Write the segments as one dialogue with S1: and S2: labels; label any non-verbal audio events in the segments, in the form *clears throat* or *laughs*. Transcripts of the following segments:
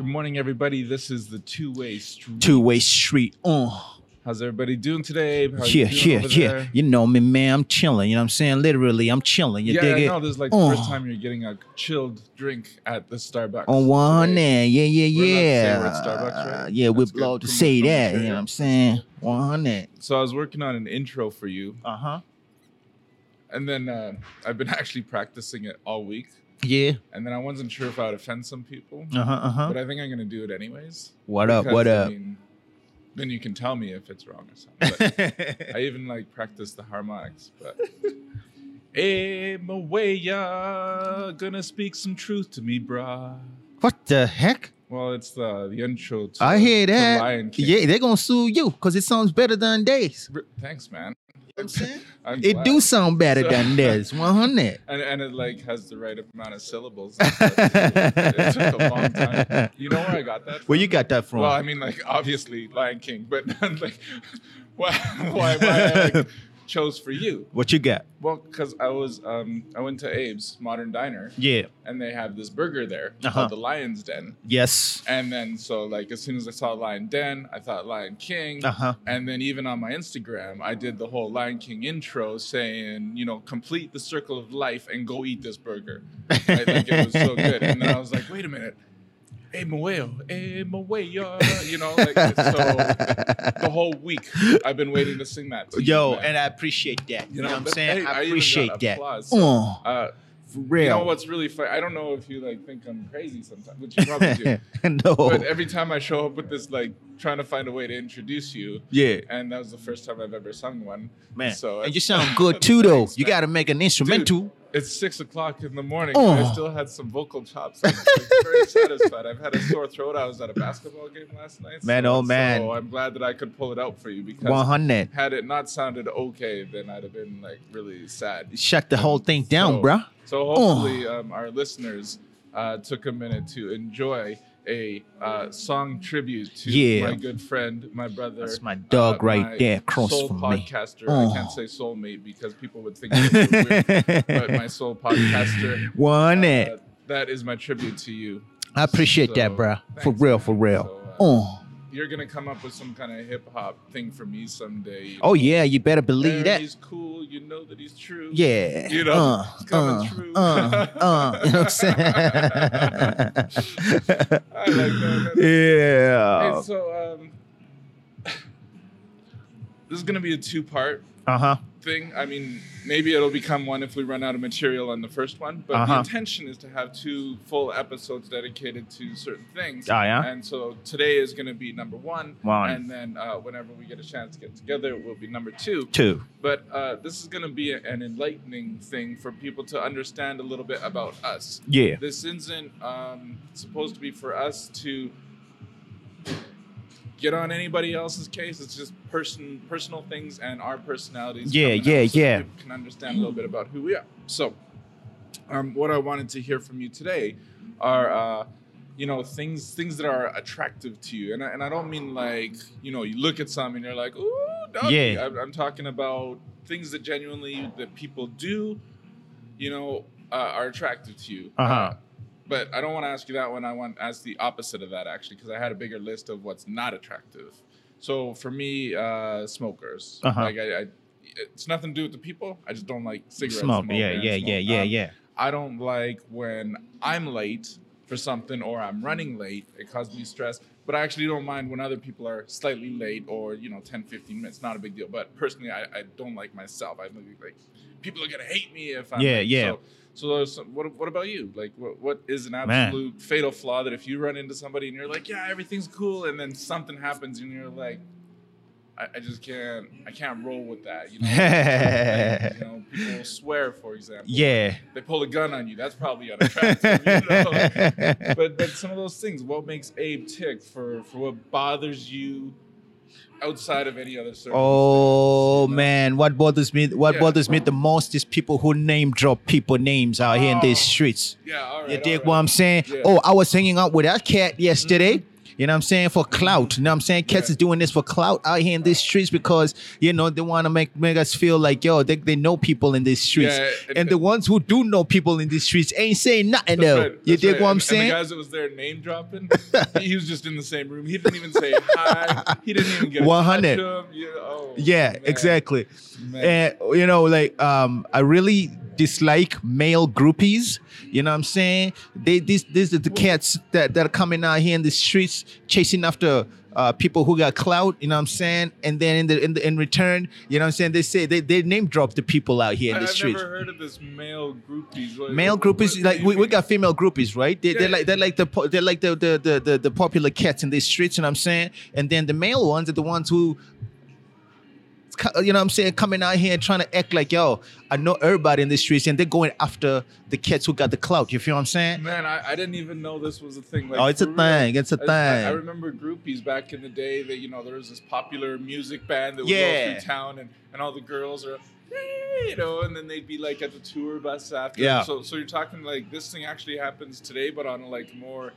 S1: morning, everybody. This is the Two Way Street.
S2: Two way street. Uh,
S1: How's everybody doing today? How you
S2: yeah,
S1: doing
S2: yeah,
S1: over
S2: yeah.
S1: there?
S2: You know me, man. I'm chilling. You know what I'm saying? Literally, I'm chilling. You
S1: yeah,
S2: dig
S1: I
S2: it?
S1: know. This is like the
S2: Oh.
S1: first time you're getting a chilled drink at the Starbucks.
S2: On one
S1: today.
S2: hand, yeah, yeah,
S1: We're allowed to say
S2: yeah.
S1: we're at Starbucks, right?
S2: Yeah, we're
S1: That's good.
S2: allowed to
S1: Come on,
S2: say
S1: come on, sure,
S2: that. You know
S1: yeah.
S2: what I'm saying? 100.
S1: So I was working on an intro for you,
S2: Uh huh.
S1: and then uh, I've been *laughs* actually practicing it all week.
S2: Yeah.
S1: And then I wasn't sure if I would offend some people,
S2: Uh huh. Uh huh.
S1: but I think I'm gonna do it anyways.
S2: What up?
S1: because,
S2: What
S1: I
S2: up?
S1: mean, then you can tell me if it's wrong or
S2: *laughs*
S1: something. But I even like practiced the harmonics, but. *laughs* Hey, Mawaya, gonna speak some truth to me, brah.
S2: what the heck?
S1: Well, it's the the intro to
S2: I hear
S1: to
S2: that.
S1: Lion King.
S2: Yeah, they're gonna sue you because it sounds better than theirs.
S1: R- Thanks, man.
S2: You know what I'm saying?
S1: *laughs* I'm
S2: It
S1: glad.
S2: do sound better
S1: So-
S2: than
S1: *laughs*
S2: theirs. 100.
S1: And, and it like has the right amount of
S2: *laughs*
S1: syllables. and stuff. it took a long time. You know where I got that?
S2: Where you got that from?
S1: Well, I mean, like obviously Lion King, but *laughs* like, why, why, why I
S2: *laughs*
S1: like, chose for you?
S2: what you got?
S1: Well, because I was, um, I went to Abe's Modern Diner,
S2: Yeah.
S1: and they have this burger there
S2: Uh-huh.
S1: called the Lion's Den.
S2: Yes.
S1: And then, so like, as soon as I saw Lion Den, I thought Lion King.
S2: Uh huh.
S1: And then, even on my Instagram, I did the whole Lion King intro saying, you know, complete the circle of life and go eat this burger. I think it was so good.
S2: *laughs*
S1: And then I was like, wait a minute. Hey, Moeo, hey, Moeo, you know, like, so the whole week I've been waiting to sing that. To
S2: Yo,
S1: you, man.
S2: and I appreciate that. You know what I'm
S1: but-
S2: saying?
S1: hey,
S2: I
S1: even got
S2: appreciate that.
S1: applause.
S2: Oh,
S1: Uh,
S2: for
S1: You know
S2: real.
S1: what's really funny? I don't know if you like think I'm crazy sometimes, which you probably
S2: *laughs*
S1: do. *laughs* But
S2: no.
S1: every time I show up with this, like trying to find a way to introduce you,
S2: Yeah,
S1: and that was the first time I've ever sung one.
S2: man.
S1: So
S2: and
S1: it's- *laughs*
S2: you sound good too, though.
S1: Thanks,
S2: You
S1: man.
S2: got to make an instrumental.
S1: It's six o'clock in the morning.
S2: Oh.
S1: And I still had some vocal chops. I'm like,
S2: *laughs*
S1: very satisfied. I've had a sore throat. I was at a basketball game last night.
S2: Man, oh, man.
S1: So I'm glad that I could pull it out for you because
S2: 100.
S1: had it not sounded okay, then I'd have been like really sad.
S2: Shut the whole thing down,
S1: So-
S2: bruh.
S1: So hopefully, um, our listeners uh, took a minute to enjoy a uh, song tribute to
S2: Yeah.
S1: my good friend, my brother.
S2: That's my dog
S1: uh,
S2: right
S1: my
S2: there, across
S1: soul
S2: from me.
S1: podcaster.
S2: Oh.
S1: I can't say soulmate because people would think, it's weird, but my soul podcaster.
S2: *laughs* One it.
S1: uh, that is my tribute to you.
S2: I appreciate that,
S1: so,
S2: bruh. For
S1: thanks,
S2: real,
S1: man.
S2: for real.
S1: So, uh,
S2: Oh,
S1: You're gonna come up with some kind of hip hop thing for me someday.
S2: oh yeah, you better
S1: Aaron,
S2: believe that.
S1: He's cool. You know that he's true.
S2: Yeah.
S1: You know,
S2: uh,
S1: it's coming
S2: uh,
S1: true.
S2: uh, uh,
S1: *laughs*
S2: you know what I'm saying?
S1: I like that.
S2: yeah.
S1: Hey, so um, *laughs* this is gonna be a two-part
S2: Uh huh.
S1: thing. I mean, maybe it'll become one if we run out of material on the first one. But the
S2: Uh-huh.
S1: intention is to have two full episodes dedicated to certain things.
S2: Oh, yeah?
S1: And so today is gonna be number one,
S2: One.
S1: and then uh, whenever we get a chance to get together, it will be number two.
S2: Two.
S1: But uh, this is gonna be an enlightening thing for people to understand a little bit about us
S2: Yeah.
S1: this isn't um, supposed to be for us to get on anybody else's case. It's just person personal things and our personalities.
S2: Yeah,
S1: coming out
S2: yeah,
S1: so
S2: yeah.
S1: People can understand a little bit about who we are. So, um, what I wanted to hear from you today are. Uh, you know things things that are attractive to you and I, and I don't mean like you know you look at some and you're like ooh doggy."
S2: Yeah.
S1: I'm, I'm talking about things that genuinely that people do you know uh, are attractive to you
S2: Uh huh.
S1: but I don't want to ask you that one. I want to ask the opposite of that actually, because I had a bigger list of what's not attractive. So for me, uh, smokers.
S2: Uh-huh.
S1: Like I, I, it's nothing to do with the people. I just don't like cigarettes.
S2: Smoke. Yeah,
S1: and
S2: yeah,
S1: smoke.
S2: yeah, yeah,
S1: Um,
S2: yeah.
S1: I don't like when I'm late for something or I'm running late. It causes me stress. But I actually don't mind when other people are slightly late or, you know, 10, 15 minutes. Not a big deal. But personally, I, I don't like myself. I think like people are going to hate me if I'm
S2: Yeah,
S1: late.
S2: yeah.
S1: So, so there's some, what, what about you? Like, what, what is an
S2: Man.
S1: absolute fatal flaw that if you run into somebody and you're like, yeah, everything's cool. And then something happens and you're like, I, I just can't, I can't roll with that. You know, Like, you know people swear, for example
S2: yeah.
S1: they pull a gun on you. That's probably unattractive. you know?
S2: *laughs*
S1: but but some of those things. What makes Abe tick for for what bothers you outside of any other circumstance?
S2: Oh
S1: you know?
S2: man, what bothers me? What
S1: Yeah.
S2: bothers me the most is people who name drop people names out here in
S1: Oh.
S2: these streets.
S1: Yeah, all right.
S2: You dig
S1: all right.
S2: what I'm saying?
S1: Yeah. Mm-hmm.
S2: Oh, I was hanging out with that cat yesterday. You know what I'm saying? For clout. You know what I'm saying? Cats
S1: Yeah.
S2: is doing this for clout out here in these streets because, you know, they want to make, make us feel like, yo, they, they know people in these streets.
S1: Yeah,
S2: and,
S1: and-
S2: the ones who do know people in these streets ain't saying nothing,
S1: That's
S2: though.
S1: right,
S2: You
S1: that's
S2: dig
S1: right.
S2: what I'm
S1: And-
S2: saying?
S1: And the guys that was there name
S2: *laughs*
S1: dropping, he was just in the same room. He didn't even say hi. He didn't even get a
S2: 100.
S1: touch him. Yeah, oh,
S2: yeah,
S1: man.
S2: exactly.
S1: Man.
S2: And you know, like um, I really dislike male groupies. You know what I'm saying? They these these are the cats that, that are coming out here in the streets chasing after uh, people who got clout. You know what I'm saying? And then in the in, the, in return, you know what I'm saying? They say they, they name drop the people out here
S1: I-
S2: in the
S1: I've
S2: streets.
S1: never heard of this male groupies. Like,
S2: Male
S1: what-
S2: groupies,
S1: what
S2: like
S1: do you
S2: we, we
S1: mean?
S2: got female groupies, right? They,
S1: Yeah.
S2: They're like they're like the po- they're like the the, the the the popular cats in the streets, you know what I'm saying? And then the male ones are the ones who, co- you know what I'm saying, coming out here and trying to act like yo, I know everybody in the streets, and they're going after the cats who got the clout. You feel what I'm saying?
S1: Man, I, I didn't even know this was a thing. Like,
S2: oh, it's a
S1: for real.
S2: thing. It's a
S1: I-
S2: thing.
S1: I, I remember groupies back in the day that you know there was this popular music band that would go
S2: Yeah.
S1: through town and, and all the girls are you know and then they'd be like at the tour bus after
S2: Yeah.
S1: so so you're talking like this thing actually happens today but on a like more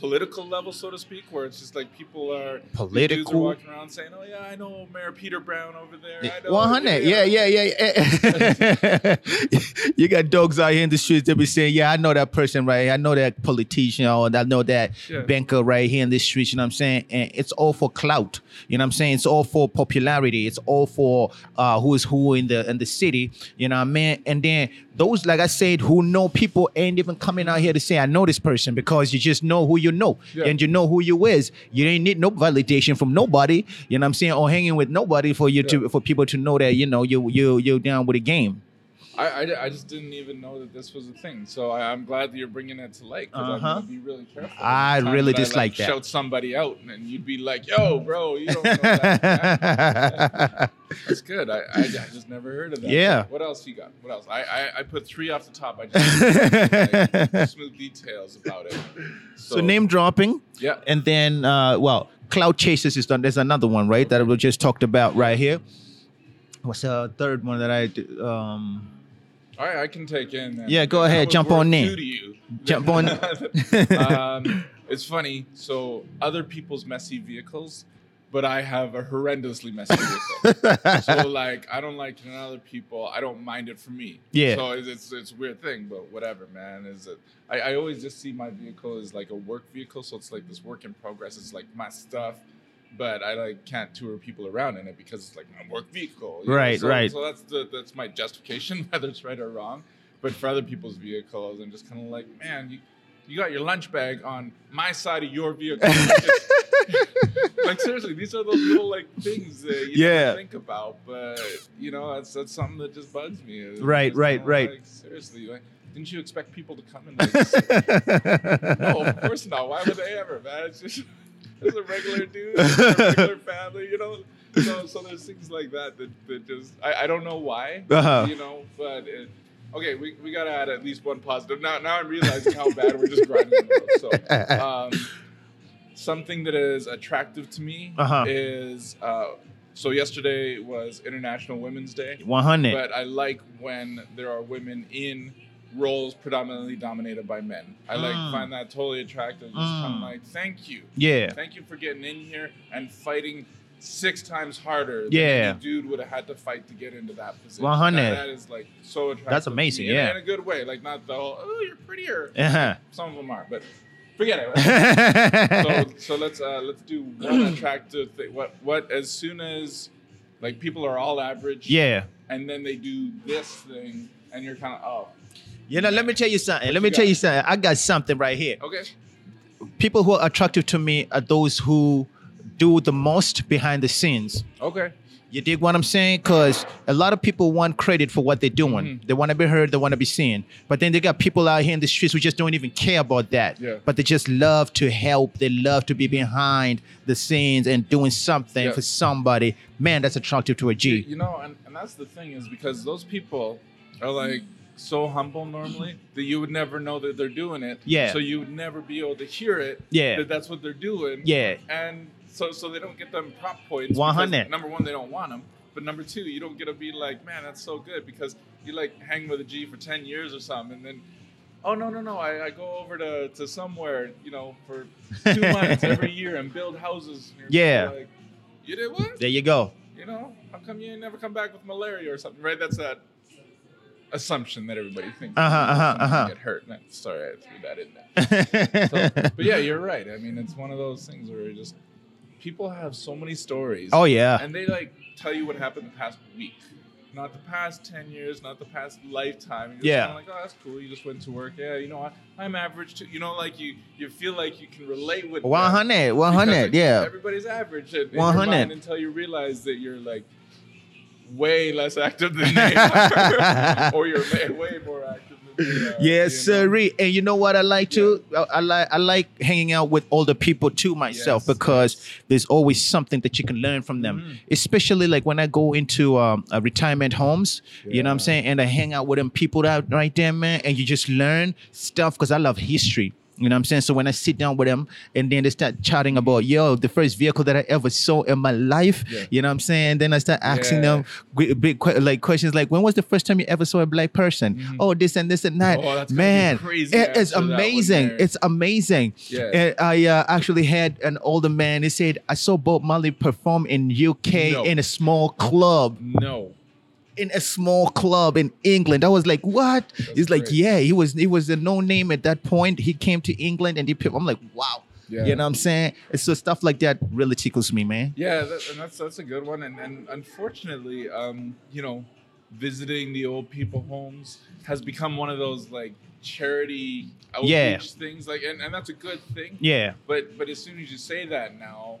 S1: political level so to speak where it's just like people are these dudes are
S2: Political?
S1: walking around saying oh yeah I know Mayor Peter Brown over there I know
S2: 100. Yeah, yeah, yeah. yeah. *laughs* you got dogs out here in the streets. They be saying, "Yeah, I know that person right. here. I know that politician, or I know that
S1: Yeah.
S2: banker right here in the streets." You know what I'm saying? And it's all for clout. You know what I'm saying? It's all for popularity. It's all for uh, who is who in the in the city. You know what I mean? And then those, like I said, who know people ain't even coming out here to say, "I know this person," because you just know who you know,
S1: Yeah.
S2: and you know who you is. You ain't need no validation from nobody. You know what I'm saying? Or hanging with nobody for you
S1: Yeah.
S2: to for people to know that you know you you you're down with the game.
S1: I, I, I just didn't even know that this was a thing. So I, I'm glad that you're bringing it to light. 'cause I'm
S2: Uh-huh.
S1: gonna be really careful.
S2: I
S1: Every time
S2: really
S1: that like,
S2: dislike that.
S1: Shout somebody out, and then you'd be like, "Yo, bro, you don't know
S2: *laughs*
S1: that." That's good. I, I, I just never heard of that.
S2: Yeah.
S1: What else you got? What else? I, I, I put three off the top. I just like, smooth details about it. So,
S2: *laughs* so name dropping,
S1: Yeah.
S2: and then uh, well, cloud chasers is done. There's another one right that we just talked about right here. What's the third one that I d- um,
S1: All right, I can take in. Then.
S2: Yeah, go
S1: That
S2: ahead,
S1: was
S2: jump
S1: word
S2: on in.
S1: two to you. *laughs*
S2: Jump on- *laughs*
S1: um, it's funny. So other people's messy vehicles, but I have a horrendously messy vehicle.
S2: *laughs*
S1: so like, I don't like it in other people. I don't mind it for me.
S2: Yeah.
S1: So it's it's, it's a weird thing, but whatever, man. Is it? I, I always just see my vehicle as like a work vehicle. So it's like this work in progress. It's like my stuff. But I like can't tour people around in it because it's like my work vehicle. you know?
S2: Right,
S1: So-
S2: right.
S1: So that's the that's my justification, *laughs* whether it's right or wrong but for other people's vehicles and just kind of like, man, you, you got your lunch bag on my side of your
S2: *laughs*
S1: vehicle. *laughs* like seriously, these are those little like things that you never
S2: Yeah.
S1: think about, but you know, that's that's something that just bugs me. It's
S2: Right,
S1: just
S2: right,
S1: kinda
S2: right.
S1: Like, seriously, like, didn't you expect people to come and like,
S2: *laughs*
S1: sit- no, of course not. Why would they ever, man? It's just *laughs* it's a regular dude, it's a
S2: *laughs*
S1: regular family, you know. So, so there's things like that that, that just I, I don't know why,
S2: Uh-huh.
S1: you know. But it, okay, we, we gotta add at least one positive. Now now I'm realizing how bad we're just grinding. on those. So
S2: *laughs*
S1: um, something that is attractive to me
S2: Uh-huh.
S1: is uh, so yesterday was International Women's Day.
S2: 100.
S1: But I like when there are women in roles predominantly dominated by men. I like
S2: Mm.
S1: find that totally attractive. Just kind
S2: Mm.
S1: of like, thank you,
S2: Yeah.
S1: thank you for getting in here and fighting six times harder. Than
S2: Yeah.
S1: any dude would have had to fight to get into that position.
S2: 100.
S1: That- that is like so attractive. to me.
S2: amazing,
S1: In-
S2: yeah.
S1: in a good way. Like not the whole, oh, you're prettier.
S2: Uh-huh.
S1: Some of them are, but forget it so,
S2: *laughs* yeah.
S1: so let's uh, let's do one
S2: *clears throat*
S1: attractive thing. What what as soon as like people are all average, and then they do this thing, and you're oh, kind of
S2: You know, let me tell you something.
S1: What
S2: Let
S1: you
S2: me tell
S1: got?
S2: you something. I got something right here.
S1: oh okay,
S2: people who are attractive to me are those who do the most behind the scenes.
S1: okay,
S2: You dig what I'm saying? Because a lot of people want credit for what they're doing.
S1: Mm-hmm.
S2: They want to be heard, they want to be seen. But then they got people out here in the streets who just don't even care about that.
S1: Yeah.
S2: But they just love to help. They love to be behind the scenes and doing something
S1: Yeah.
S2: for somebody. Man, that's attractive to a
S1: you,
S2: G.
S1: you know, and, and that's the thing is because those people are like so humble normally that you would never know that they're doing it.
S2: Yeah.
S1: So you would never be able to hear it.
S2: Yeah.
S1: That that's what they're doing.
S2: Yeah.
S1: And so so they don't get them prop points. because,
S2: 100.
S1: Number one, they don't want them. But number two, you don't get to be like, man, that's so good because you like hang with a G for ten years or something, and then Oh no no no! I, I go over to, to somewhere, you know, for
S2: *laughs*
S1: two months every year and build houses. And you're
S2: Yeah.
S1: like, you did what?
S2: There you go. *laughs*
S1: You know, how come you ain't never come back with malaria or something? Right? That's that assumption that everybody thinks.
S2: Uh-huh, uh-huh,
S1: Somebody
S2: uh-huh.
S1: Get hurt. No, Sorry, I threw that in
S2: *laughs*
S1: there. So,
S2: oh
S1: but yeah, you're right. I mean, it's one of those things where you just people have so many stories.
S2: Oh, yeah.
S1: And they like tell you what happened the past week, not the past ten years, not the past lifetime. You're just
S2: Yeah.
S1: kinda Like, oh, that's cool. You just went to work. Yeah, you know, I, I'm average too. You know, like you, you feel like you can relate with. them
S2: 100,
S1: because,
S2: 100,
S1: like,
S2: yeah.
S1: Everybody's average. At,
S2: 100.
S1: 100 until you realize that you're like way less active than
S2: *laughs*
S1: they are, or you're ma- way more active than they are. you know?
S2: Yes, sirree. And you know what I like to? I, I like I like hanging out with older people too myself
S1: Yes, Mm-hmm.
S2: because there's always something that you can learn from them. Especially like when I go into um, uh, retirement homes, you know what I'm
S1: Yeah.
S2: saying, and I hang out with them people out right there, man, and you just learn stuff because I love history. You know what I'm saying? So when I sit down with them and then they start chatting about, yo, the first vehicle that I ever saw in my life,
S1: Yeah.
S2: you know what I'm saying? then I start asking
S1: Yeah.
S2: them qu- big que- like questions like, when was the first time you ever saw a black person?
S1: Mhm.
S2: Oh, this and this and that.
S1: Oh, that's gonna be
S2: Man,
S1: crazy
S2: it is
S1: after that one
S2: amazing.
S1: there.
S2: It's amazing.
S1: Yeah.
S2: And I uh, actually had an older man. He said, I saw Bob Marley perform in UK
S1: No.
S2: in a small club,
S1: No.
S2: in a small club in England. I was like, what? He's like,
S1: crazy.
S2: yeah, he was he was a no name at that point. He came to England and he, pe- I'm like, wow.
S1: Yeah.
S2: You know what I'm saying? And so stuff like that really tickles me, man.
S1: Yeah, that, and that's that's a good one. And and unfortunately, um, you know, visiting the old people homes has become one of those like charity outreach
S2: Yeah.
S1: things. Like, and, and that's a good thing.
S2: Yeah.
S1: But but as soon as you say that now,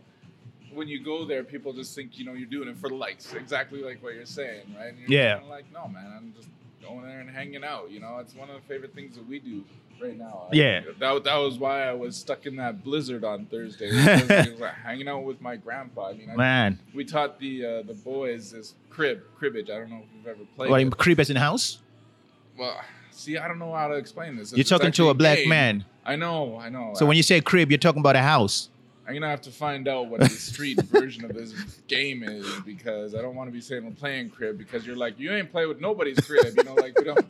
S1: when you go there, people just think you know you're doing it for the likes. Exactly like what you're saying, right? And you're
S2: Yeah.
S1: kinda Like, no, man, I'm just going there and hanging out. You know, it's one of the favorite things that we do right now. I-
S2: Yeah.
S1: that that was why I was stuck in that blizzard on
S2: *laughs*
S1: Thursday. because it was, like, hanging out with my grandpa. I mean, I,
S2: Man.
S1: we taught the uh, the boys this crib cribbage. I don't know if you've ever played.
S2: Like
S1: it.
S2: creepers in the house?
S1: Well, see, I don't know how to explain this.
S2: You're
S1: It's
S2: talking
S1: actually
S2: to a black
S1: game.
S2: man.
S1: I know, I know.
S2: So when you say crib, you're talking about a house.
S1: I'm gonna have to find out what the street version of this game is because I don't want to be saying we're playing crib because you're like you ain't play with nobody's crib. You know, like we don't.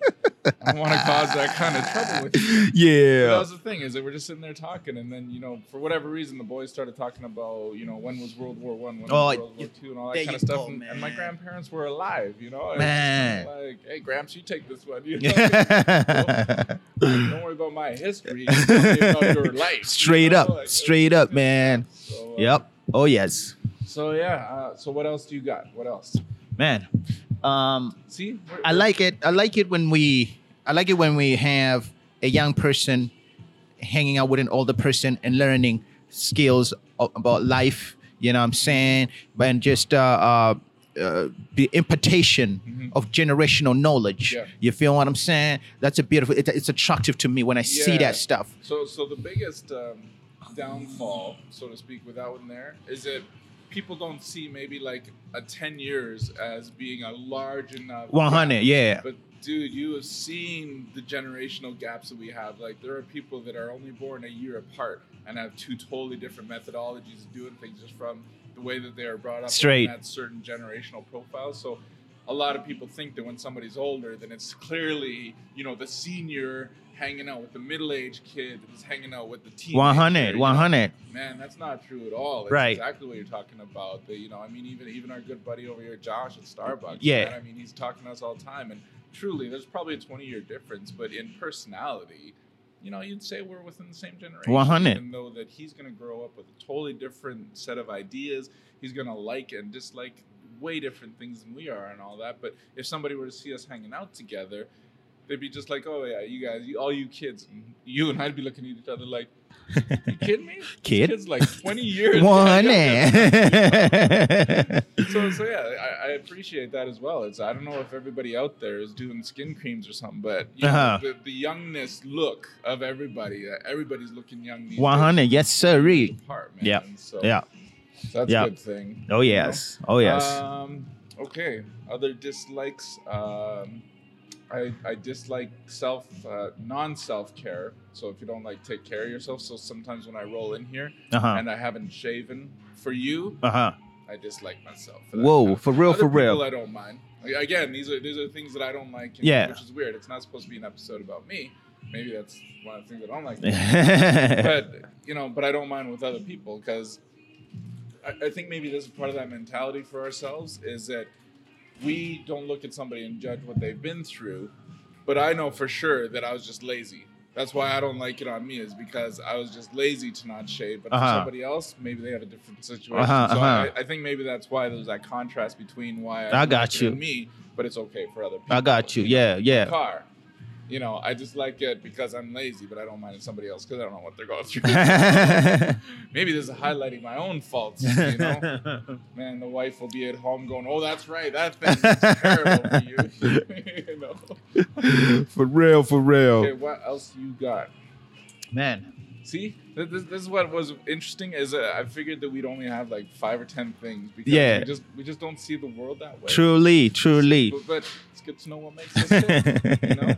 S1: I don't want to cause that kind of trouble with you. But That
S2: *laughs* Yeah.
S1: was the thing is that we're just sitting there talking, and then you know, for whatever reason, the boys started talking about you know when was World War One, when
S2: Oh,
S1: was World War
S2: you-
S1: Two, and all
S2: there
S1: that kind of
S2: you
S1: stuff.
S2: go,
S1: and, and my
S2: man.
S1: grandparents were alive, you know. and
S2: Man.
S1: like, hey, Gramps, you take this one. *laughs* You know?
S2: straight
S1: don't worry about my history. Just tell me about
S2: *laughs*
S1: your life. you know,
S2: up,
S1: like,
S2: straight up, man.
S1: So, uh,
S2: Yep. Oh yes,
S1: So yeah. Uh, so what else do you got? What else?
S2: man. Um,
S1: See, we're-
S2: I like it. I like it when we. I like it when we have a young person hanging out with an older person and learning skills a- about life. You know what I'm saying? But and just uh, uh, uh, the impartation
S1: Mhm.
S2: of generational knowledge.
S1: Yeah.
S2: You feel what I'm saying? That's a beautiful. It, it's attractive to me when I see
S1: Yeah.
S2: that stuff.
S1: So so the biggest um, downfall, so to speak, with that one there is that people don't see maybe like a ten years as being a large enough.
S2: 100.
S1: gap.
S2: Yeah.
S1: But dude, you have seen the generational gaps that we have. Like there are people that are only born a year apart and have two totally different methodologies of doing things just from the way that they are brought up
S2: Straight.
S1: in that certain generational profile. So a lot of people think that when somebody's older, then it's clearly, you know, the senior hanging out with the middle-aged kid that's hanging out with the teenager.
S2: 100.
S1: you know?
S2: 100.
S1: Man, that's not true at all. It's
S2: Right.
S1: Exactly what you're talking about. That you know, I mean, even even our good buddy over here, Josh at Starbucks.
S2: Yeah.
S1: man, I mean, he's talking to us all the time, and truly, there's probably a 20 year difference, but in personality, you know, you'd say we're within the same generation.
S2: 100.
S1: Even though that he's going to grow up with a totally different set of ideas, he's going to like and dislike way different things than we are, and all that. But if somebody were to see us hanging out together. They'd be just like, oh yeah, you guys, you, all you kids, and you and I'd be looking at each other like, you kidding
S2: *laughs*
S1: me? *laughs*
S2: Kid.
S1: It's like 20 years.
S2: One
S1: So, so yeah, I, I appreciate that as well. It's I don't know if everybody out there is doing skin creams or something, but you
S2: Uh-huh.
S1: know, the, the youngness look of everybody, uh, everybody's looking young. These
S2: *laughs* One
S1: days.
S2: hundred, yes, sir. Reed.
S1: Apart, man.
S2: Yeah.
S1: So
S2: Yeah.
S1: That's
S2: Yeah.
S1: a good thing.
S2: Oh yes. Oh yes.
S1: Um, okay. Other dislikes. Um, I, I dislike self uh, non self care. So if you don't like take care of yourself, so sometimes when I roll in here
S2: Uh huh.
S1: and I haven't shaven for you,
S2: Uh huh.
S1: I dislike myself. for that.
S2: Whoa, for real,
S1: Other
S2: for real. *laughs*
S1: people I don't mind. Like, again, these are these are things that I don't like. in-
S2: Yeah.
S1: which is weird. It's not supposed to be an episode about me. Maybe that's one of the things I don't like.
S2: *laughs* yeah. *laughs*
S1: but you know, but I don't mind with other people because I, I think maybe this is part of that mentality for ourselves is that we don't look at somebody and judge what they've been through. But I know for sure that I was just lazy. That's why I don't like it on me is because I was just lazy to not shade. But
S2: Uh-huh.
S1: for somebody else, maybe they had a different situation.
S2: Uh-huh,
S1: so
S2: uh-huh.
S1: I, I think maybe that's why there's that contrast between why
S2: I
S1: like
S2: got
S1: it
S2: you.
S1: in me, but it's okay for other people.
S2: I got you. Yeah, yeah.
S1: Car. You know, I just like it because I'm lazy, but I don't mind if somebody else because I don't know what they're going through.
S2: *laughs*
S1: Maybe this is highlighting my own faults. You know, man, the wife will be at home going, "Oh, that's right, that thing is terrible for
S2: *laughs*
S1: you." *laughs* you know?
S2: Oh. for real, for
S1: Okay,
S2: real.
S1: what else you got?
S2: Man.
S1: See, th- this, this is what was interesting is uh, I figured that we'd only have like five or ten things because
S2: Yeah.
S1: we just we just don't see the world that way.
S2: Truly,
S1: *laughs*
S2: truly.
S1: but, but it's good to know what makes us tick. you
S2: *laughs*
S1: know,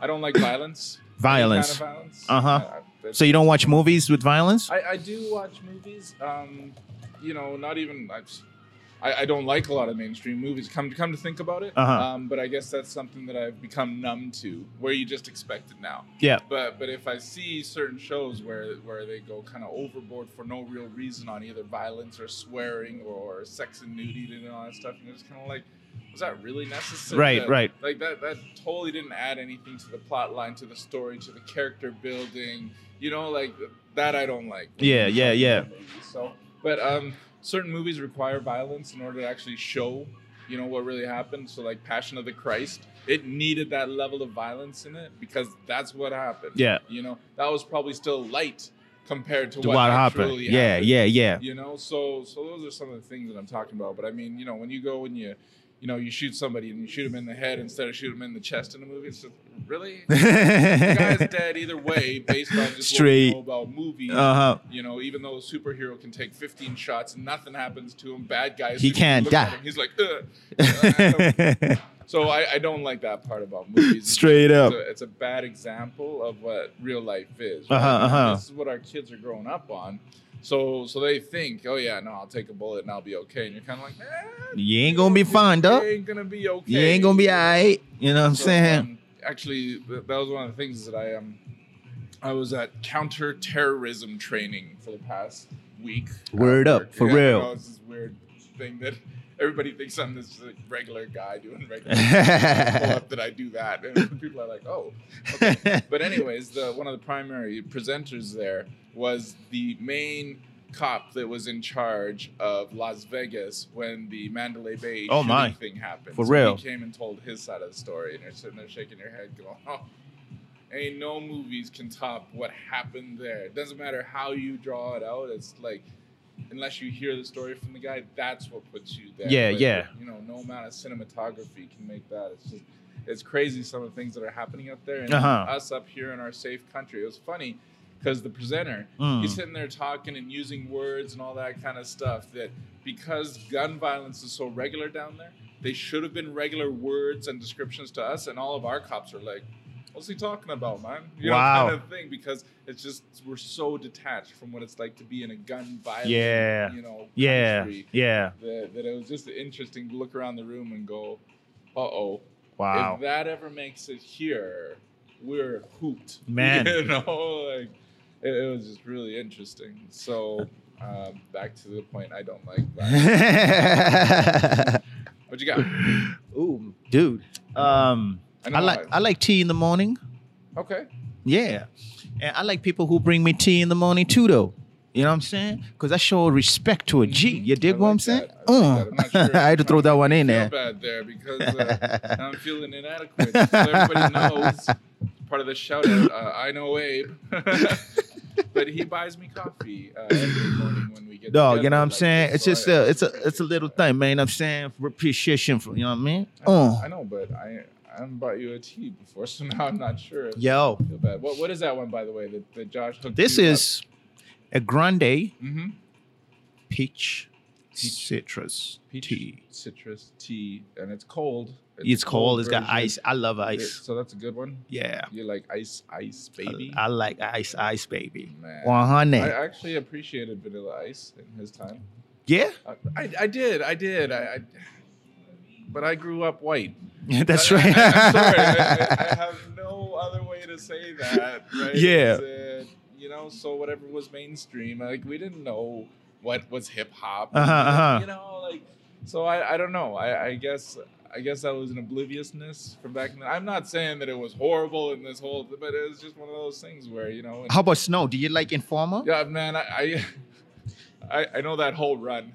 S1: I don't like violence. Any kind
S2: Violence.
S1: of violence.
S2: Uh-huh.
S1: I- I-
S2: So you don't watch movies with violence?
S1: I, I do watch movies. Um, you know, not even I, just- I. I don't like a lot of mainstream movies. Come come to think about it,
S2: Uh-huh.
S1: um, but I guess that's something that I've become numb to, where you just expect it now.
S2: Yeah.
S1: But but if I see certain shows where where they go kind of overboard for no real reason on either violence or swearing or sex and nudity and all that stuff, and it's kind of like, was that really necessary?
S2: Right,
S1: That-
S2: right.
S1: Like that that totally didn't add anything to the plot line, to the story, to the character building. You know, like that I don't like.
S2: Yeah, yeah, yeah.
S1: So, but um, certain movies require violence in order to actually show, you know, what really happened. So, like Passion of the Christ, it needed that level of violence in it because that's what happened.
S2: Yeah.
S1: You know, that was probably still light compared to
S2: To
S1: what,
S2: what happened?
S1: happened.
S2: Yeah,
S1: happened.
S2: yeah, yeah.
S1: You know, so so those are some of the things that I'm talking about. But I mean, you know, when you go and you, you know, you shoot somebody and you shoot them in the head instead of shoot them in the chest in a movie, it's just
S2: *laughs*
S1: really. The guy's *laughs* dead either way, based on just
S2: Straight.
S1: what we know about movies.
S2: *laughs* uh-huh.
S1: You know, even though a superhero can take 15 shots and nothing happens to him, bad guys.
S2: He
S1: just
S2: can't
S1: look at
S2: die.
S1: him, He's like, Ugh. I don't- so I, I don't like that part about movies. It's-
S2: Straight up.
S1: It's a, it's a bad example of what real life is.
S2: Uh-huh,
S1: And
S2: uh-huh.
S1: This is what our kids are growing up on. So so they think, oh yeah, no, I'll take a bullet and I'll be okay. And you're kind of like, eh,
S2: *laughs* You ain't gonna be fine, dog.
S1: You ain't gonna be okay.
S2: You ain't gonna be alright. You know what I'm
S1: So, *laughs*
S2: saying?
S1: um, actually, th- that was one of the things that I um, I was at counterterrorism training for the past week. at
S2: Word up,
S1: work.
S2: for
S1: Yeah, I
S2: real.
S1: know, it's this weird thing that everybody thinks I'm this like, regular guy doing
S2: *laughs*
S1: regular. pull up that I do that, and people are like, "Oh."
S2: *laughs*
S1: But anyways, the one of the primary presenters there was the main cop that was in charge of Las Vegas when the Mandalay Bay
S2: Oh,
S1: shooting
S2: my.
S1: thing happened.
S2: For
S1: So
S2: real.
S1: he came and told his side of the story, and you're sitting there shaking your head, going, "Oh." Ain't no movies can top what happened there. It doesn't matter how you draw it out. It's like, unless you hear the story from the guy, that's what puts you there.
S2: Yeah,
S1: But,
S2: yeah.
S1: You know, no amount of cinematography can make that. It's just, it's crazy some of the things that are happening up there and
S2: Uh-huh.
S1: us up here in our safe country. It was funny because the presenter,
S2: Mm.
S1: he's sitting there talking and using words and all that kind of stuff that because gun violence is so regular down there, they should have been regular words and descriptions to us, and all of our cops are like, What's he talking about, man? You
S2: Wow.
S1: know, kind of thing because it's just we're so detached from what it's like to be in a gun violence,
S2: Yeah.
S1: you know,
S2: yeah,
S1: country
S2: yeah.
S1: that, that it was just interesting to look around the room and go, uh oh,
S2: Wow.
S1: if that ever makes it here, we're hooped. *laughs*
S2: Man.
S1: You know, like it, it was just really interesting. So um, back to the point, I don't like
S2: *laughs*
S1: that. what you got?
S2: Ooh, dude. Um,
S1: I, know
S2: I like
S1: I-
S2: I like tea in the morning.
S1: okay.
S2: Yeah. And I like people who bring me tea in the morning too, though. You know what I'm saying? Because I show respect to a G.
S1: Mhm.
S2: You dig
S1: I
S2: what
S1: like
S2: I'm
S1: that.
S2: saying?
S1: I like that. I'm not
S2: Mm.
S1: sure.
S2: *laughs* I had to throw that one *laughs* in
S1: Feel
S2: there.
S1: bad there because
S2: *laughs*
S1: uh, now I'm feeling inadequate. So everybody knows. Part of the shout out, uh, I know Abe, *laughs* but he buys me coffee uh, every morning when we get.
S2: *laughs* Dog, you
S1: together
S2: know what I'm
S1: like
S2: saying?
S1: this, so
S2: It's just
S1: I- I
S2: a, it's a, it's a
S1: appreciate
S2: little
S1: that.
S2: thing, man. I'm saying for appreciation for, you know what I mean?
S1: I know,
S2: Mm.
S1: I know, but I I haven't bought you a tea before, *laughs* so now I'm not sure. Yeah.
S2: Yo,
S1: Feel bad. What what is that one by the way that, that Josh hooked
S2: this is a grande
S1: hmm
S2: peach,
S1: Peach.
S2: citrus
S1: peach
S2: tea.
S1: citrus tea, and it's cold.
S2: It's cold. It's got
S1: version.
S2: ice. I love
S1: It-
S2: ice.
S1: so that's a good one.
S2: Yeah.
S1: You like ice ice baby?
S2: I, I like ice, ice, baby.
S1: Man.
S2: One
S1: I
S2: hundred.
S1: actually appreciated
S2: *laughs*
S1: Vanilla Ice in his time.
S2: Yeah.
S1: I, I, I did, I did. I, I but I grew up white.
S2: That's
S1: I- I- *laughs*
S2: right.
S1: I'm sorry. I,
S2: *laughs*
S1: I- I have no other way to say that. Right?
S2: Yeah.
S1: It's, uh, you know, so whatever was mainstream, like we didn't know what was hip hop.
S2: Uh-huh, uh-huh.
S1: You know, like so I, I don't know. I, I guess I guess that was an obliviousness from back then. I'm not saying that it was horrible in this whole, but it was just one of those things where you know.
S2: How about Snow? Do you like Informer?
S1: yeah, *laughs* man, I. I, I I know that whole run.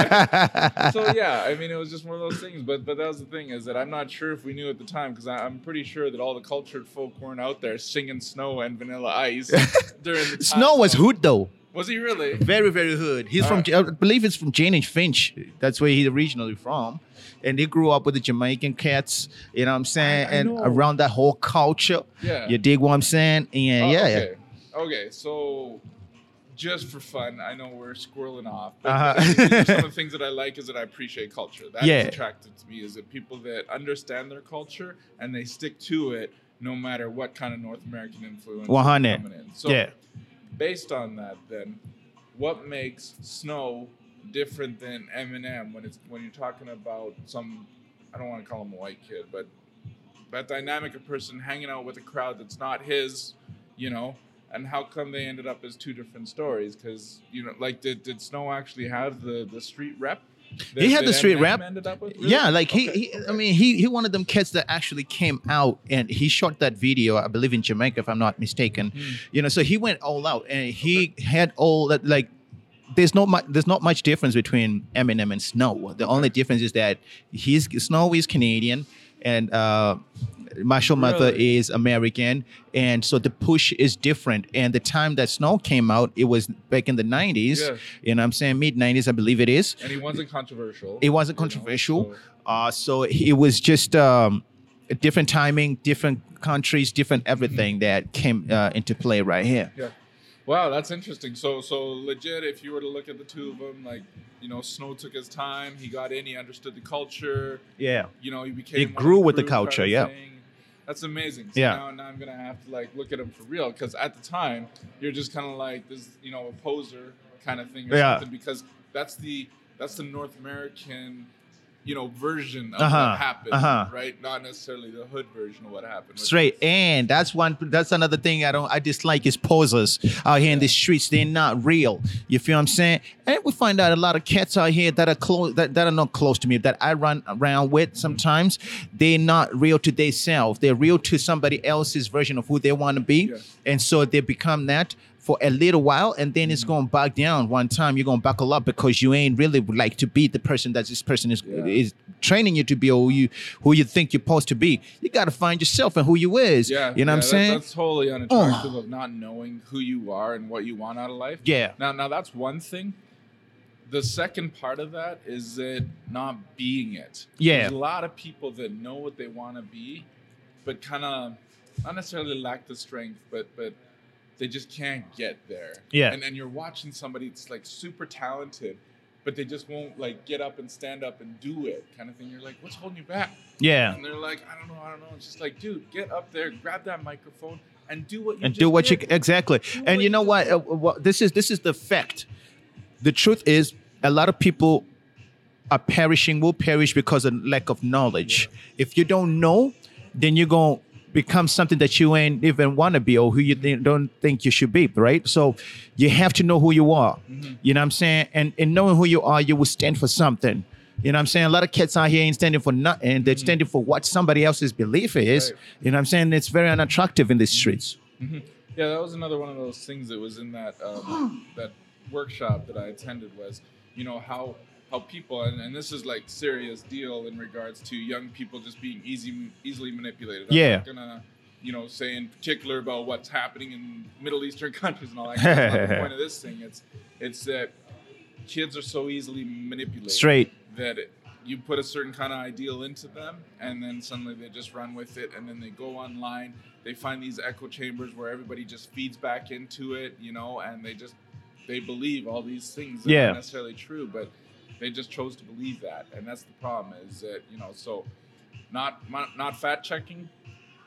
S1: so yeah, I mean, it was just one of those things. But but that was the thing is that I'm not sure if we knew at the time because I'm pretty sure that all the cultured folk weren't out there singing Snow and Vanilla
S2: *laughs*
S1: Ice during the time.
S2: *laughs* Snow was
S1: um,
S2: hood though.
S1: Was he really?
S2: Very, very hood. He's from, I believe it's from Jane and Finch. That's where he's originally from. And he grew up with the Jamaican cats, you know what I'm saying?
S1: I
S2: and
S1: know.
S2: around that whole culture.
S1: Yeah.
S2: You dig what I'm saying? And
S1: Oh,
S2: yeah,
S1: okay. Okay, so just for fun, I know we're squirreling off. But *laughs*
S2: Uh-huh.
S1: some of
S2: *laughs*
S1: the things that I like is that I appreciate culture. That's
S2: Yeah.
S1: attractive to me is that people that understand their culture and they stick to it no matter what kind of North American influence is
S2: 100.
S1: coming in.
S2: yeah.
S1: So
S2: yeah.
S1: based on that, then what makes Snow different than Eminem when it's when you're talking about some I don't want to call him a white kid, but that dynamic of person hanging out with a crowd that's not his, you know, and how come they ended up as two different stories? Because you know, like did, did Snow actually have the the street rep? that-
S2: He had
S1: that
S2: the street
S1: Eminem
S2: rap.
S1: Ended up with?
S2: Yeah, like he,
S1: Okay,
S2: he I
S1: okay.
S2: mean, he he one of them kids that actually came out and he shot that video, I believe in Jamaica, if I'm not mistaken.
S1: Hmm.
S2: You know, so he went all out and he had all that like. There's not much. There's not much difference between Eminem and Snow. The only difference is that he's Snow is Canadian and uh, Marshall Mathers
S1: Really?
S2: is American, and so the push is different. And the time that Snow came out, it was back in the '90s.
S1: Yeah.
S2: You know, what I'm saying mid '90s, I believe it is.
S1: and he wasn't controversial.
S2: It wasn't
S1: you know,
S2: controversial.
S1: so-
S2: Uh, so it was just um, a different timing, different countries, different everything that came uh, into play right here.
S1: Yeah. Wow, that's interesting. So, so legit. If you were to look at the two of them, like you know, Snow took his time. He got in. He understood the culture.
S2: Yeah.
S1: You know, he became.
S2: He
S1: one of
S2: grew with the
S1: crew kind of
S2: culture, yeah.
S1: thing. That's amazing. So
S2: Yeah.
S1: Now, now I'm gonna have to like look at him for real because at the time you're just kind of like this, you know, a poser kind of thing or
S2: Yeah.
S1: something because that's the that's the North American. You know, version of
S2: Uh-huh,
S1: what happened,
S2: uh-huh.
S1: right? Not necessarily the hood version of what happened. which
S2: Straight, and that's one. That's another thing I don't. I dislike is posers out here in the streets. They're not real. You feel what I'm saying? And we find out a lot of cats out here that are close, that, that are not close to me, that I run around with. Sometimes they're not real to themselves. They're real to somebody else's version of who they want to be,
S1: Yeah.
S2: and so they become that for a little while, and then
S1: Mm-hmm.
S2: it's going to back down. One time you're going to buckle up because you ain't really like to be the person that this person is
S1: Yeah.
S2: is training you to be or who you who you think you're supposed to be. You got to find yourself and who you is.
S1: Yeah,
S2: you
S1: yeah,
S2: know what I'm
S1: that-
S2: saying?
S1: That's totally unattractive of not knowing who you are and what you want out of life.
S2: yeah.
S1: Now, now that's one thing. The second part of that is it not being it.
S2: Yeah.
S1: There's a lot of people that know what they want to be, but kind of not necessarily lack the strength, but but they just can't get there.
S2: Yeah.
S1: And then you're watching somebody that's like super talented, but they just won't like get up and stand up and do it kind of thing. You're like, what's holding you back?
S2: Yeah.
S1: And they're like, I don't know, I don't know. It's just like, dude, get up there, grab that microphone, and do what you
S2: And
S1: just
S2: do what you
S1: did.
S2: exactly. and
S1: what
S2: you
S1: you
S2: know
S1: just
S2: what? Uh, what? This is this is the fact. The truth is, a lot of people are perishing. Will perish because of lack of knowledge. If you don't know, then you're gonna become something that you ain't even want to be or who you thi- don't think you should be right so you have to know who you are
S1: Mm-hmm.
S2: you know what i'm saying and and knowing who you are you will stand for something you know what i'm saying a lot of kids out here ain't standing for nothing they're standing for what somebody else's belief is
S1: Mm-hmm. Right.
S2: you know what i'm saying it's very unattractive in the streets
S1: Yeah, that was another one of those things that was in that
S2: *gasps*
S1: um, that workshop that I attended was, you know, how how people and, and this is like serious deal in regards to young people just being easy easily manipulated. I'm
S2: Yeah.
S1: not gonna you know say in particular about what's happening in Middle Eastern *laughs* countries and all that. That's not the point of this thing. It's it's that kids are so easily manipulated.
S2: *laughs* straight
S1: that it, you put a certain kind of ideal into them and then suddenly they just run with it and then they go online they find these echo chambers where everybody just feeds back into it you know and they just they believe all these things that
S2: Yeah.
S1: aren't necessarily true but they just chose to believe that and that's the problem is that you know so not not, not fact checking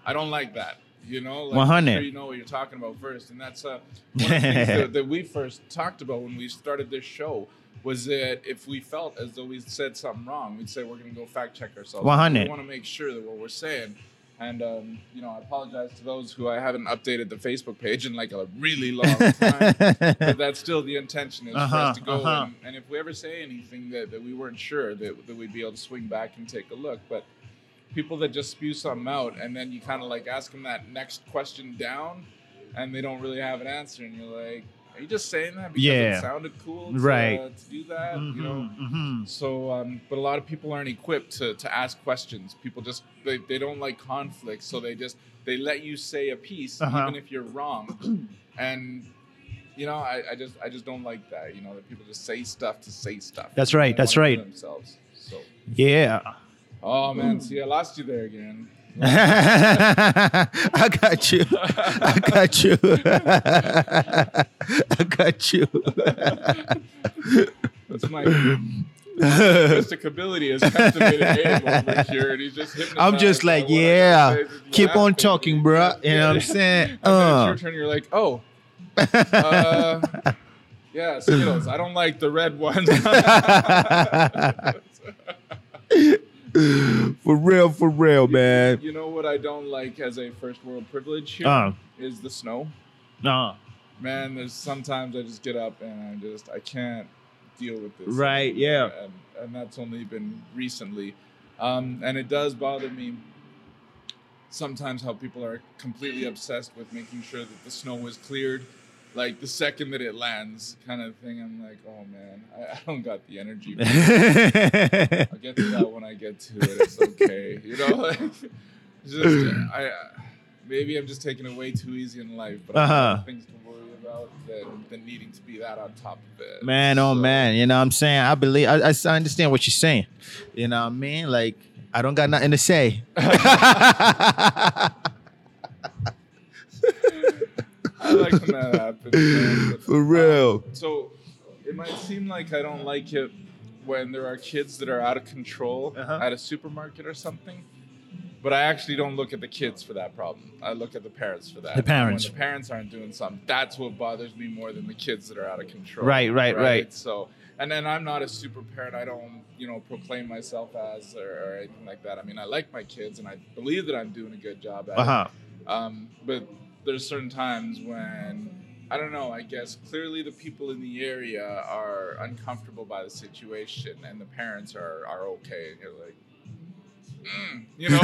S1: i don't like that you know like make
S2: 100.
S1: sure you know what you're talking about first and that's uh one of the things that, that we first talked about when we started this show was that if we felt as though we said something wrong, we'd say we're going to go fact check ourselves.
S2: 100.
S1: We want to make sure that what we're saying. And um, you know, I apologize to those who I haven't updated the Facebook page in like a really long time.
S2: uh, *laughs*
S1: but that's still the intention is for
S2: Uh-huh,
S1: us to go
S2: uh-huh.
S1: and, and if we ever say anything that, that we weren't sure that, that we'd be able to swing back and take a look but people that just spew something out and then you kind of like ask them that next question down and they don't really have an answer and you're like are you just saying that because
S2: Yeah.
S1: it sounded cool to,
S2: Right.
S1: uh, to do that you know
S2: Mhm, mhm.
S1: so um, but a lot of people aren't equipped to, to ask questions people just they, they don't like conflict so they just they let you say a piece
S2: Uh-huh.
S1: even if you're wrong *clears throat* and you know I, I just i just don't like that you know that people just say stuff to say stuff
S2: That's right,
S1: They
S2: that's
S1: wanna do
S2: right.
S1: themselves so
S2: Yeah. *laughs*
S1: oh man see i lost you there again
S2: I got you. I got you. *laughs* I got you. *laughs*
S1: that's my mysticability is captivated Abe over here and he's just
S2: I'm just
S1: hypnotized by
S2: like,
S1: what I
S2: yeah,
S1: say, just
S2: keep on
S1: laughing.
S2: talking, bruh. You know what I'm saying?
S1: And then it's
S2: Uh.
S1: your turn. You're like, oh, uh, yeah, Skittles. I don't like the red ones. *laughs*
S2: For real, for real, man.
S1: you know what I don't like as a first world privilege here is
S2: Uh,
S1: the snow.
S2: no.
S1: Man, there's sometimes I just get up and I just I can't deal with this.
S2: Right, yeah. *laughs*
S1: And, and that's only been recently, um, and it does bother me. Sometimes how people are completely obsessed with making sure that the snow is cleared, like the second that it lands, kind of thing. I'm like, oh man, I, I don't got the energy.
S2: *laughs*
S1: for I'll get to that when I get to it. It's okay. you know, *laughs* like,
S2: *clears throat*
S1: just I maybe I'm just taking it way too easy in life, but I have
S2: Uh-huh.
S1: things to worry about than, than needing to be that on top of it.
S2: man, oh
S1: So,
S2: man. You know what I'm saying? I believe, I, I I understand what you're saying. You know what I mean? Like, I don't got nothing to say. *laughs*
S1: I like when that happens.
S2: *laughs*
S1: man, but-
S2: for real.
S1: So it might seem like I don't like it when there are kids that are out of control
S2: Uh-huh.
S1: at a supermarket or something. But I actually don't look at the kids for that problem. I look at the parents for that.
S2: The parents.
S1: When the parents aren't doing something, that's what bothers me more than the kids that are out of control.
S2: Right, right, right.
S1: So, and then I'm not a super parent. I don't, you know, proclaim myself as or, or anything like that. I mean, I like my kids and I believe that I'm doing a good job at it.
S2: Uh huh.
S1: Um, but there's certain times when I don't know. I guess clearly the people in the area are uncomfortable by the situation, and the parents are are okay. And you're like, mm, you
S2: *laughs*
S1: know,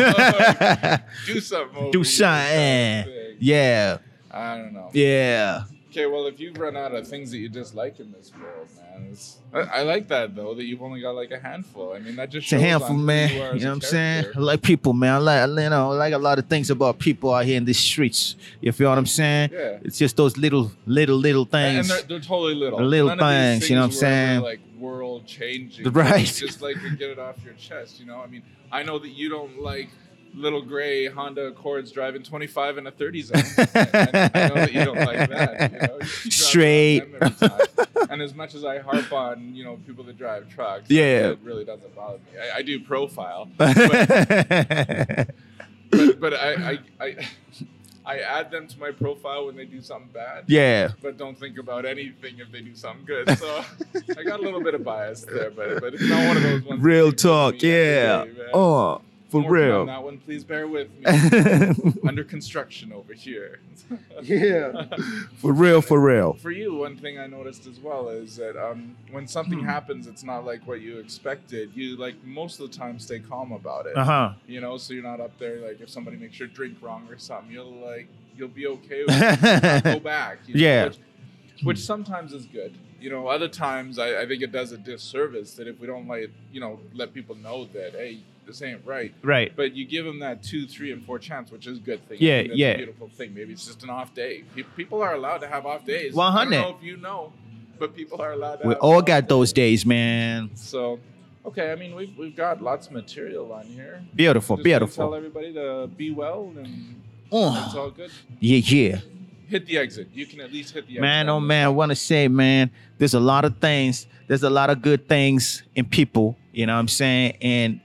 S1: *laughs* like, do something. over
S2: Do
S1: here kind of
S2: something.
S1: thing.
S2: Yeah.
S1: I don't know.
S2: Yeah.
S1: Okay, well, if you've run out of things that you dislike in this world, man, it's, I, I like that though. That you've only got like a handful. I mean, that just
S2: It's a
S1: shows
S2: handful,
S1: on who
S2: man.
S1: You,
S2: You know
S1: are
S2: what
S1: as a
S2: I'm saying? I
S1: character.
S2: like people, man. I like, I- you know, I like a lot of things about people out here in these streets. You feel what I'm saying?
S1: Yeah.
S2: It's just those little, little, little
S1: And-
S2: things.
S1: And they're, they're totally little.
S2: The little
S1: None of these
S2: things, you know what I'm
S1: were ever,
S2: saying?
S1: Like world changing.
S2: *laughs* Right.
S1: It's just like to get it off your chest, you know? I mean, I know that you don't like little gray Honda Accords driving 25 and a 30
S2: *laughs*
S1: zone. I, I know that you don't like that. You know? You keep driving
S2: Straight.
S1: them
S2: *laughs*
S1: every time. *laughs* and as much as I harp on, you know, people that drive trucks,
S2: Yeah.
S1: it really doesn't bother me. I, I do
S2: *laughs*
S1: profile, but, but, but I, I, I, I add them to my profile when they do something bad
S2: yeah.
S1: but don't think about anything if they do something good. So I got a little bit of bias there, but, but it's not one of those ones. that
S2: Real
S1: sticks with
S2: talk.
S1: me every
S2: Yeah.
S1: day, man.
S2: Oh, for
S1: I'm working on
S2: real.
S1: that one, please bear with me.
S2: *laughs* yeah.
S1: Under construction over here.
S2: For real, for real.
S1: For you, one thing I noticed as well is that um, when
S2: Hmm.
S1: something happens, it's not like what you expected. You like most of the time stay calm about it. *laughs*
S2: Uh huh.
S1: You know, so you're not up there like if somebody makes your drink wrong or something, you'll like you'll be
S2: *laughs*
S1: okay with it. go
S2: yeah.
S1: back. you know,
S2: Yeah.
S1: Which, which sometimes is good. You know, other times I, I think it does a disservice that if we don't like, you know, let people know that, hey, this ain't right.
S2: Right.
S1: But you give them that two, three, and four chance, which is a good thing. I
S2: Yeah,
S1: think that's
S2: yeah.
S1: A beautiful thing. Maybe it's just an off day. Pe- People are allowed to have off days. I
S2: 100.
S1: don't know if you know, but people are allowed to
S2: We
S1: have
S2: all
S1: off
S2: got those
S1: days.
S2: days, man.
S1: So, okay, I mean, we've, we've got lots of material on here.
S2: Beautiful,
S1: Just gonna Tell
S2: beautiful.
S1: everybody to be well and it's
S2: Oh,
S1: all good.
S2: yeah, yeah.
S1: Hit the exit. You can at least hit the exit.
S2: man, oh
S1: on this.
S2: man, I want to say, man, there's a lot of things. There's a lot of good things in people. You know what I'm saying? And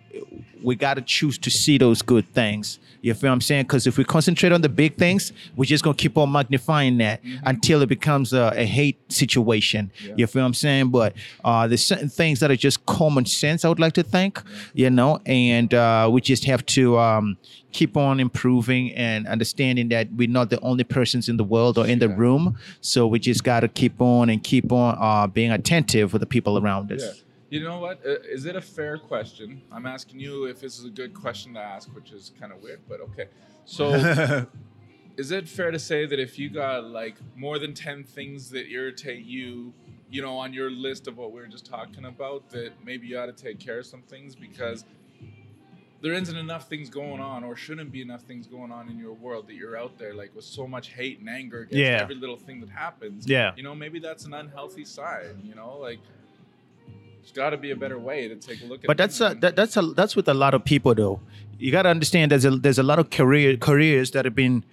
S2: we got to choose to see those good things. You feel what I'm saying? Because if we concentrate on the big things, we're just going to keep on magnifying that until it becomes a, a hate situation. You feel what I'm saying? But uh, there's certain things that are just common sense, I would like to think, you know, and uh, we just have to um, keep on improving and understanding that we're not the only persons in the world or in the room. So we just got to keep on and keep on uh, being attentive with the people around us.
S1: Yeah. You know what? Uh, Is it a fair question? I'm asking you if this is a good question to ask, which is kind of weird, but okay. So, is it fair to say that if you got like more than 10 things that irritate you, you know, on your list of what we were just talking about, that maybe you ought to take care of some things because there isn't enough things going on or shouldn't be enough things going on in your world that you're out there like with so much hate and anger against
S2: Yeah.
S1: every little thing that happens?
S2: Yeah.
S1: You know, maybe that's an unhealthy sign, you know, like. There's got to be a better way to take a look at.
S2: *laughs* But that's a,
S1: things.
S2: that, that's a, that's with a lot of people though. You got to understand there's a there's a lot of career careers that have been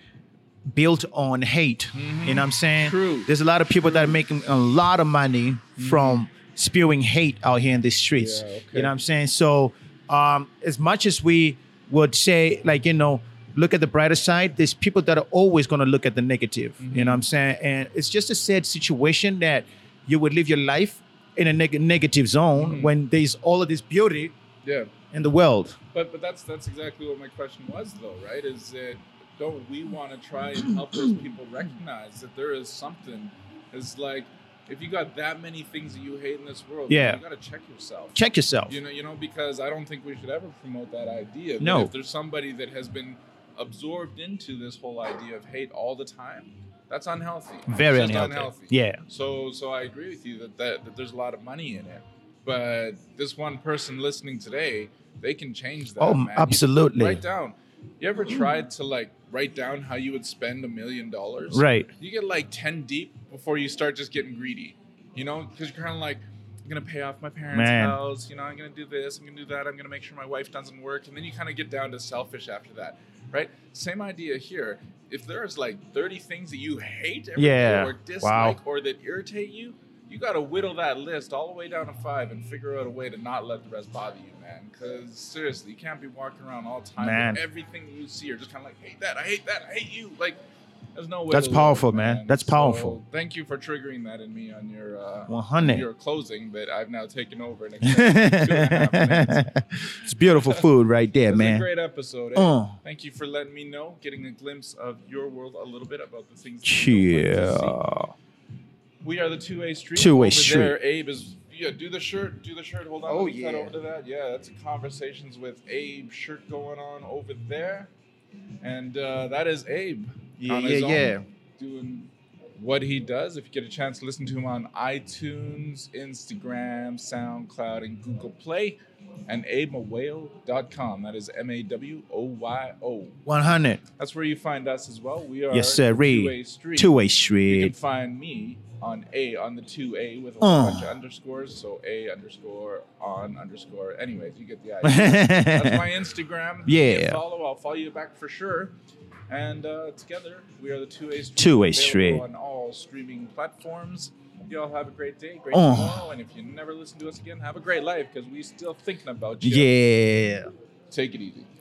S2: built on hate. You know what I'm saying?
S1: True. Mm-hmm.
S2: There's a lot of people that are making a lot of money from spewing hate out here in the streets.
S1: Yeah, okay.
S2: You know what I'm saying? So um, as much as we would say, like you know. Look at the brighter side. There's people that are always going to look at the negative.
S1: Mm-hmm.
S2: You know what I'm saying? And it's just a sad situation that you would live your life in a neg- negative zone
S1: Mm-hmm.
S2: when there's all of this beauty
S1: yeah.
S2: in the world.
S1: But but that's that's exactly what my question was though, right? Is that don't we want to try and help those people recognize that there is something? It's like if you got that many things that you hate in this world,
S2: Yeah.
S1: you got to check yourself.
S2: Check yourself.
S1: You know, you know, because I don't think we should ever promote that idea. that
S2: No.
S1: If there's somebody that has been absorbed into this whole idea of hate all the time, that's unhealthy.
S2: Very
S1: It's just
S2: unhealthy. Yeah.
S1: So, so I agree with you that, that that there's a lot of money in it, but this one person listening today, they can change that.
S2: Oh,
S1: man. You
S2: absolutely.
S1: Write down. You ever tried to like write down how you would spend a million dollars?
S2: Right.
S1: you get like 10 deep before you start just getting greedy you know because you're kind of like i'm gonna pay off my parents
S2: Man.
S1: house you know i'm gonna do this i'm gonna do that i'm gonna make sure my wife doesn't work and then you kind of get down to selfish after that right same idea here if there's like 30 things that you hate every day
S2: Yeah.
S1: or dislike or that irritate you you gotta whittle that list all the way down to five and figure out a way to not let the rest bother you man because seriously you can't be walking around all the time with
S2: Man.
S1: everything you see are just kind of like hate that i hate that i hate you like there's no way
S2: That's
S1: to live,
S2: powerful, man. That's powerful.
S1: So, thank you for triggering that in me on your uh,
S2: 100.
S1: your closing that I've now taken over.
S2: *laughs*
S1: And accepted. *laughs* Two and a half minutes.
S2: it's beautiful food right there,
S1: This is a
S2: man.
S1: great episode. eh?
S2: Uh.
S1: Thank you for letting me know, getting a glimpse of your world a little bit about the things. that you don't like to see.
S2: Yeah.
S1: We are the two-way street.
S2: Two-way
S1: Over
S2: street.
S1: There, Abe is. Yeah, do the shirt. Do the shirt. Hold on.
S2: Oh,
S1: let me cut
S2: yeah.
S1: over to that. Yeah, that's a conversations with Abe shirt going on over there, and uh, that is Abe.
S2: Yeah,
S1: on his
S2: yeah,
S1: own,
S2: yeah.
S1: Doing what he does. If you get a chance to listen to him on iTunes, Instagram, SoundCloud, and Google Play, and abeawayo.com. That is M A W O Y O.
S2: 100.
S1: That's where you find us as well. We are
S2: Yes, sir.
S1: Two Way
S2: Read.
S1: Street.
S2: Two way
S1: You can
S2: street.
S1: find me on A on the two A with a
S2: Uh.
S1: bunch of underscores. So A underscore on underscore. Anyways, you get the
S2: *laughs*
S1: idea. That's my Instagram. You can
S2: Yeah.
S1: Follow. I'll follow you back for sure. And uh, together we are the two A street.
S2: Two-Way
S1: available
S2: Street.
S1: on all streaming platforms. Y'all have a great day, great
S2: Uh.
S1: tomorrow, and if you
S2: *laughs*
S1: never listen to us again, have a great life because we still thinking about you.
S2: Yeah.
S1: Take it easy.